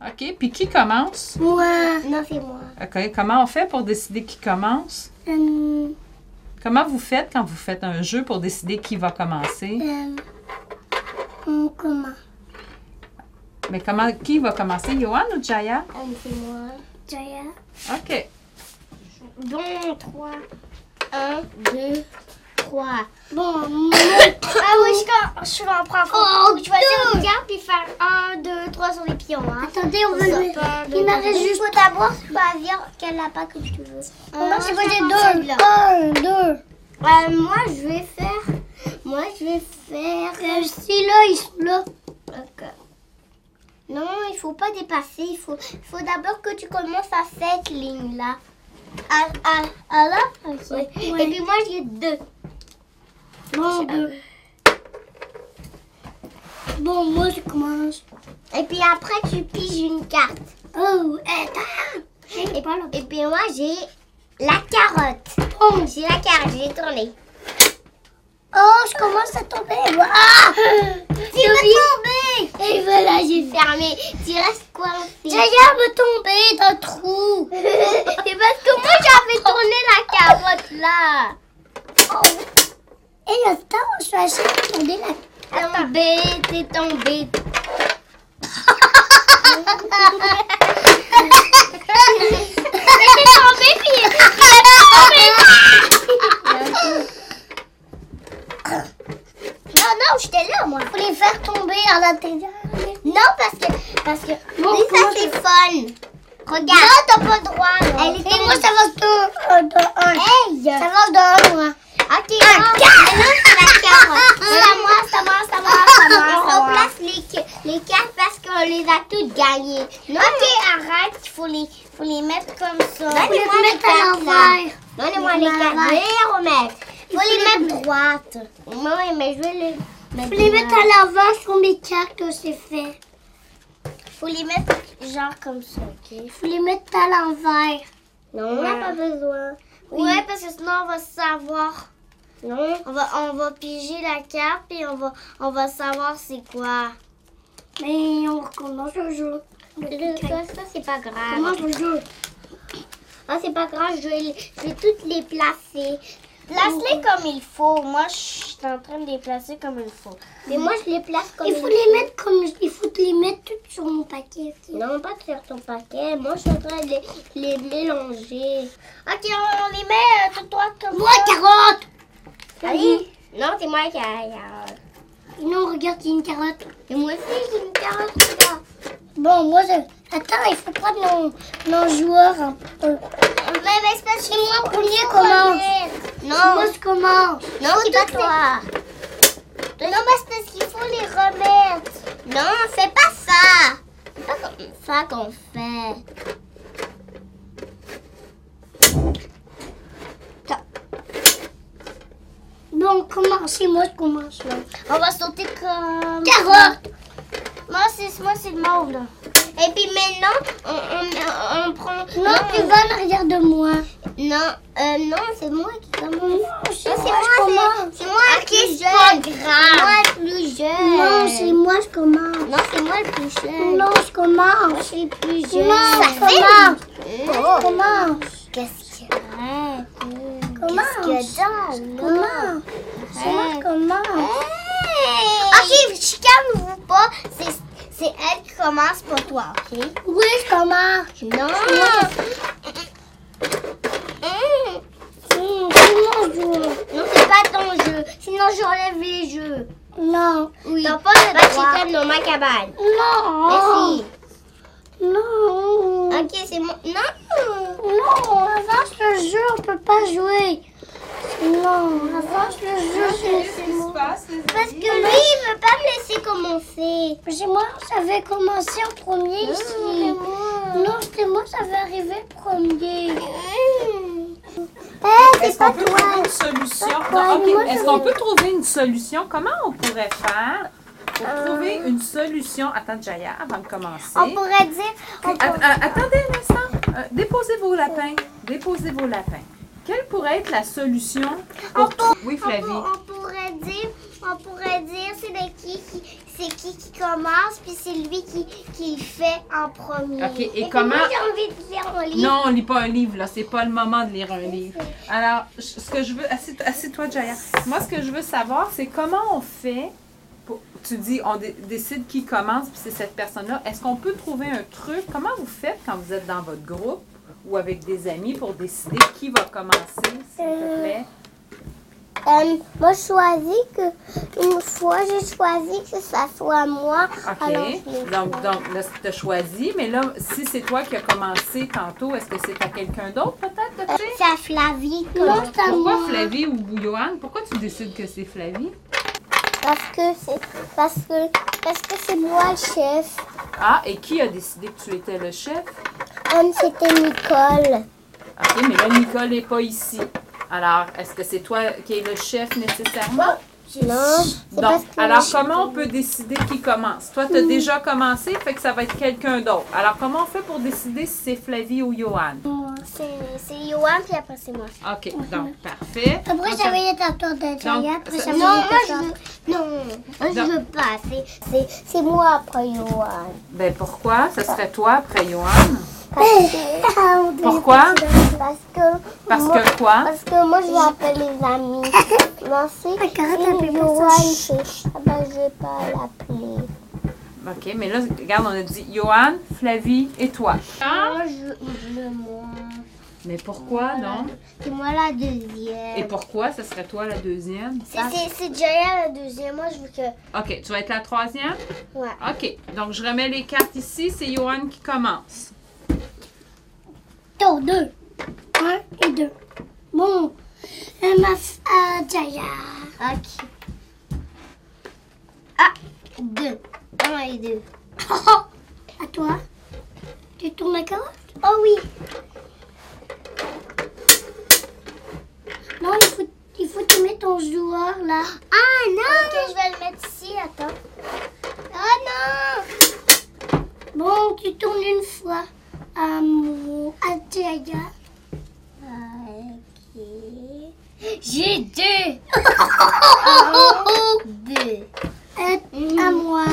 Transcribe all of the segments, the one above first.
OK. Puis qui commence? Moi. Non, c'est moi. OK. Comment on fait pour décider qui commence? Hum, Comment vous faites quand vous faites un jeu pour décider qui va commencer? hum, hum, comment? Mais comment qui va commencer? Johan ou Jaya? Hum, c'est moi. Jaya. OK. Bon, 3. 1, 2, 3. Bon, Ah oui, je, suis en prendre. Oh, tu vas dire regarde puis faire 1, 2, 3 sur les pions. Attendez, on va le. Il m'en reste juste. Faut t'avoir, tu peux dire qu'elle n'a pas comme tu veux. moi, j'ai voté 2. 1, 2. Euh, moi, je vais faire. Moi, je vais faire. Celui-là, il Euh, là. Non, il faut pas dépasser. Il faut, il faut d'abord que tu commences à cette ligne-là. Ah, ah, ah là Et puis moi j'ai deux. Bon, deux. Bon, moi je commence. Et puis après tu piges une carte. Oh, attends. Et, et puis moi j'ai la carotte. Bon, j'ai la carotte, j'ai tourné. Oh, je commence à tomber. Ah Tu vas tomber Et voilà, j'ai fermé. Tu restes coincé. Jaya me tomber dans le trou. Et parce que moi, j'avais tourné la carotte là. Et attends, je suis de tourner la Tombé, t'es tombé. tombé, puis Non, non, j'étais là, moi. Pour les faire tomber à l'intérieur. Non, parce que. Parce que. oui, ça, c'est fun. Regarde. Non, t'as pas le droit. Elle était Et moi, ça avance de un. Hey. Ça avance de un, moi. Ok, un, quatre. Non, c'est la carotte. ça moi, ça moi, ça moi, ça moi. On remplace les, ca- les cartes parce qu'on les a toutes gagnées. Non, ok, arrête. Il faut les, faut les mettre comme ça. Donnez-moi les cartes là. Donnez-moi les cartes. Je vais les remettre. Faut les mettre droites. Oui, mais je vais les mettre. Je les mettre à l'avant sur mes cartes, c'est fait. Faut les mettre genre comme ça, ok? Je les mettre à l'envers. Non, on n'a pas besoin. Ouais, parce que sinon on va savoir. Non. On va, on va piger la carte et on va, on va savoir c'est quoi. Mais on recommence le jeu. ça, c'est pas On grave. recommence le jeu. Ah, c'est pas grave, je vais, les- je vais toutes les placer. Place-les comme il faut. Moi, je suis en train de les placer comme il faut. Mais moi, je les place comme Il faut les mettre comme il faut les mettre toutes sur mon paquet. Non, pas de faire ton paquet. Moi, je suis en train de les, les mélanger. Ok, on, on les met euh, tout droit comme Moi carotte. Allez. Non, c'est moi qui a la carotte. Et non regarde il y a une carotte. Et moi aussi, j'ai une carotte là. Bon moi je... attends il faut prendre mon, mon joueur Euh, un peu. Mais, mais c'est parce que moi, premier commence. Non, Moi je commence. non, c'est pas toi. Non, mais c'est parce qu'il faut les remettre. Non, c'est pas ça. C'est pas comme ça qu'on fait. Bon on commence c'est moi je commence là. On va sauter comme... Carotte. Moi, c'est moi, c'est le monde. Et puis maintenant, on, on, on prend... Non tu vas en arrière de moi. Non, euh, non, c'est moi qui commence. Non, c'est moi, je commence. c'est moi Ah, qui jeune. Moi le plus jeune. Non c'est moi je commence. Non, c'est moi le plus jeune. Non je commence. c'est le plus jeune. Non Ça je fait- commence. Oh. Je commence. Qu'est-ce qu'il y a Comment Qu'est-ce qu'il y a dedans, là? Comment C'est moi qui commence. Hey. Ok, chicane-vous pas. C'est, c'est elle qui commence pour toi, ok? Oui, je commence. Non. Hum. Hum, c'est mon jeu. Non, c'est pas ton jeu. Sinon, j'enlève les jeux. Non. Oui. T'as pas le droit. Oh. Chicane dans ma cabane. Non. Merci. Non. Ok, c'est moi. Non. Non, on avance le jeu, on peut pas jouer. Non, on avance le jeu, c'est- Qu'est-ce c'est qui se moi. passe, les Parce que lui, amis? il veut pas me laisser commencer. C'est moi, j'avais commencé en premier ici. Non, c'est moi, j'avais arrivé premier. Est-ce qu'on peut trouver une solution? Non, ok. Est-ce qu'on peut trouver une solution? Comment on pourrait faire pour trouver une solution? Attends, Jaya, avant de commencer. Euh. On pourrait dire. on Att- euh, attendez un instant. Euh, déposez vos lapins. Déposez vos lapins. Quelle pourrait être la solution pour... Oui, On, Flavie. pour- on pourrait dire, on pourrait dire c'est de qui, qui- c'est qui qui commence, puis c'est lui qui, qui le fait en premier. Ok, et puis comment- Moi, j'ai envie de lire mon livre. Non, on lit pas un livre, là. C'est pas le moment de lire un livre. Alors, je- ce que je veux. assis- Assieds-toi, Jaya. Moi, ce que je veux savoir, c'est comment on fait. pour- Tu dis, on dé- décide qui commence, puis c'est cette personne-là. Est-ce qu'on peut trouver un truc? Comment vous faites quand vous êtes dans votre groupe ou avec des amis pour décider qui va commencer, s'il te Euh, plaît? Euh, moi, je choisis que une fois, j'ai choisi que ça soit moi. Alors, je l'ai OK. Donc, donc là, tu as choisi, mais là, si c'est toi qui as commencé tantôt, est-ce que c'est à quelqu'un d'autre peut-être de faire? C'est à Flavie. que- Non, c'est à Pourquoi moi. Flavie ou Bouillouane? Pourquoi tu décides que c'est Flavie? Parce que c'est parce que parce que c'est moi le chef. Ah, et qui a décidé que tu étais le chef? Anne, c'était Nicole. OK, mais là, Nicole n'est pas ici. Alors, est-ce que c'est toi qui es le chef nécessairement? Non, c'est parce Donc, que alors comment on peut décider qui commence? Toi, tu Hmm. as déjà commencé, fait que ça va être quelqu'un d'autre. Alors, comment on fait pour décider si c'est Flavie ou Johan? C'est c'est Yoann, puis après c'est moi. OK, donc, parfait. Mhm. Après, Donc, j'avais été à tour de Jaya. Donc, Après, ça- j'avais Non, moi, été je à veux, toi. non, moi, je Non. veux pas. C'est- C'est- C'est moi après Johan. Ben pourquoi? Ce serait toi après Johan? Parce que- Pourquoi? Parce que. Parce moi- que quoi? Parce que moi, je vais appeler les amis. Merci. Et Johan, c'est- ah ben, je vais pas l'appeler. OK, mais là, regarde, on a dit Johan, Flavie et toi. Ah. Moi, je veux le moi. Mais pourquoi non? C'est moi la deuxième. Et pourquoi ce serait toi la deuxième? C'est- C'est c'est Jaya la deuxième. Moi, je veux que. OK, tu vas être la troisième? Ouais. OK, donc je remets les cartes ici, c'est Johan qui commence. Tour 2. 1 et 2. Bon. Euh, ma f- euh, Jaya. Ok. Ah, deux. Un et deux. À toi. Tu tournes la carotte Oh oui. Non, il faut, il faut que tu mettes ton joueur là. Ah non. Ok, je vais le mettre ici. Attends. Oh Ah, non. Bon, tu tournes une fois. À mon. À Jaya. Ok. J'ai deux. Un, deux. Euh, À moi.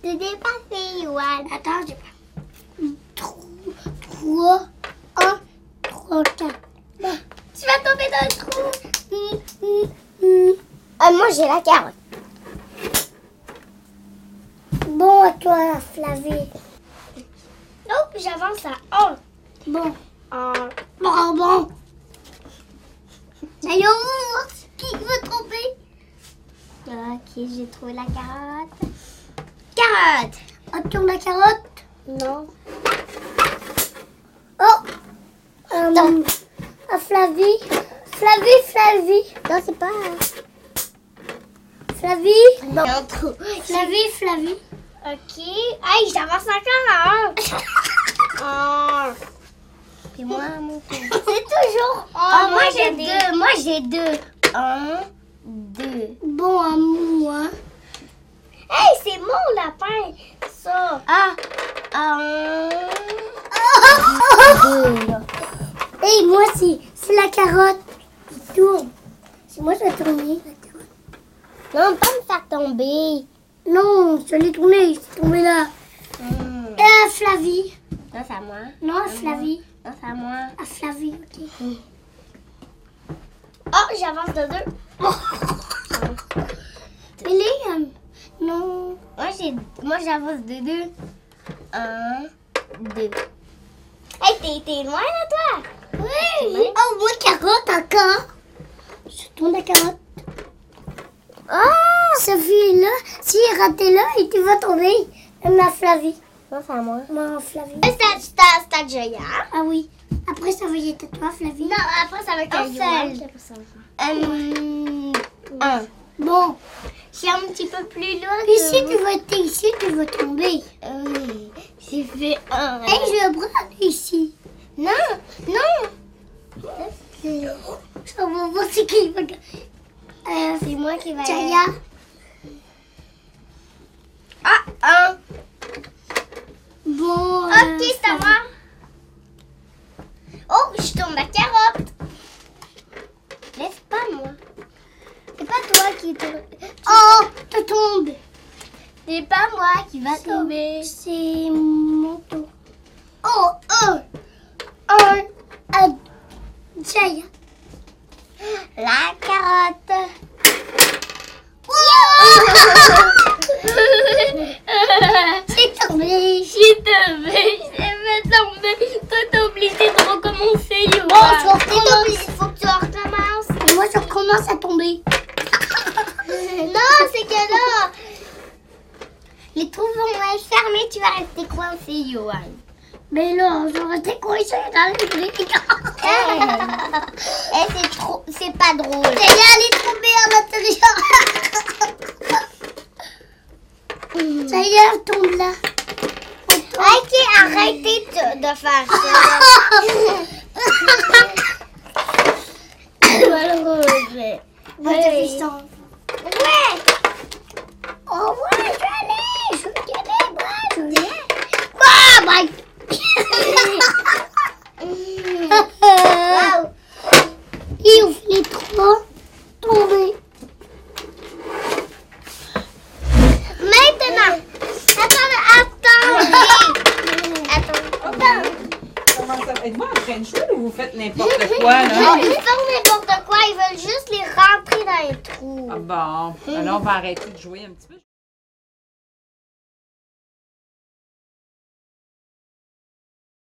T'es dépassé, Yoann. Attends, j'ai pas. 3, 1, 3, 4. Tu vas tomber dans le trou. Ah, moi, j'ai la carotte. Bon, à toi, Flavie. Oh, j'avance à un. Bon, Un. bon, bon. Allô, oh, qui veut tromper Ok, j'ai trouvé la carotte. Carotte. On tourne la carotte. Non. Oh. Euh, à Flavie. Flavie, Flavie. Non, c'est pas. hein. Flavie. Non. Un trou. Flavie, Flavie. Ok. Aïe, j'avance encore hein. à un. un. Et moi, mon tour. C'est toujours un. Oh, moi, j'ai deux. Moi, j'ai deux. Un, deux. Bon, hein. à moi. Hey, c'est mon lapin, ça. Ah, un. Et moi, c'est c'est la carotte qui tourne. C'est moi, je vais tourner la carotte. Non, pas me faire tomber. Non, je l'ai tourné, c'est tombé là. Et à Flavie. Non, c'est à moi. Non, à Flavie. Non, c'est à moi. À Flavie, ok. Oh, j'avance de deux. Mais Liam, euh, non. Moi, j'ai... moi j'avance de deux. Un, deux. Hey, t'es, t'es loin là, toi? Oui! Oh, moi, carotte encore. Je tourne la carotte. Oh, Sophie est là. Si, ratez-la et tu vas tomber. Même la Flavie. Non, c'est à moi. Moi, Flavie. C'est à, c'est à, c'est à Joya. Ah oui. Après, ça va y être à toi, Flavie. Non, après, ça va être Un seul. Un, Euh, un. Bon, J'ai un petit peu plus loin. mais si tu vas être ici, tu vas tomber. Euh. Oui, j'ai fait un. Et je vais prendre ici. Non, non. On va voir c'est qui va gagner. Euh, C'est moi qui vais. Jaya. Ah, un. Bon. Ok, euh, ça va. Oh, je tombe ma carotte. Laisse pas moi. C'est pas toi qui te. Oh, tu tombes. C'est pas moi qui va tomber. C'est mon tour. Oh, un, un, un. Jaya. La carotte. J'ai tombé. J'ai tombé, j'ai fait tomber. Toi, t'es obligé de recommencer, Yoa. Bon, je recommence. Il faut que tu recommences. Moi, je recommence à tomber. Non, c'est que là. Les trous vont être fermés. Tu vas rester coincé, Johan. Mais non, je restais coincée dans le bruit. Hey. Eh, c'est trop. C'est pas drôle. Jaya, elle est tombée à l'intérieur. Ça y est, elle tombe là. Ok, arrêtez de, de faire ça. Malheureux. Moi, je fais ça. Ouais. Oh ouais, je l'ai. Je l'ai, moi, je l'ai. Oh my. wow. Et on finit trois tombés. Maintenant. Attends, attends. Attends. Comment ça va? Êtes-vous en train de jouer ou vous faites n'importe quoi, là? Non, ils font n'importe quoi. Ils veulent juste les rentrer dans les trous. Ah bon, alors on va arrêter de jouer un petit peu.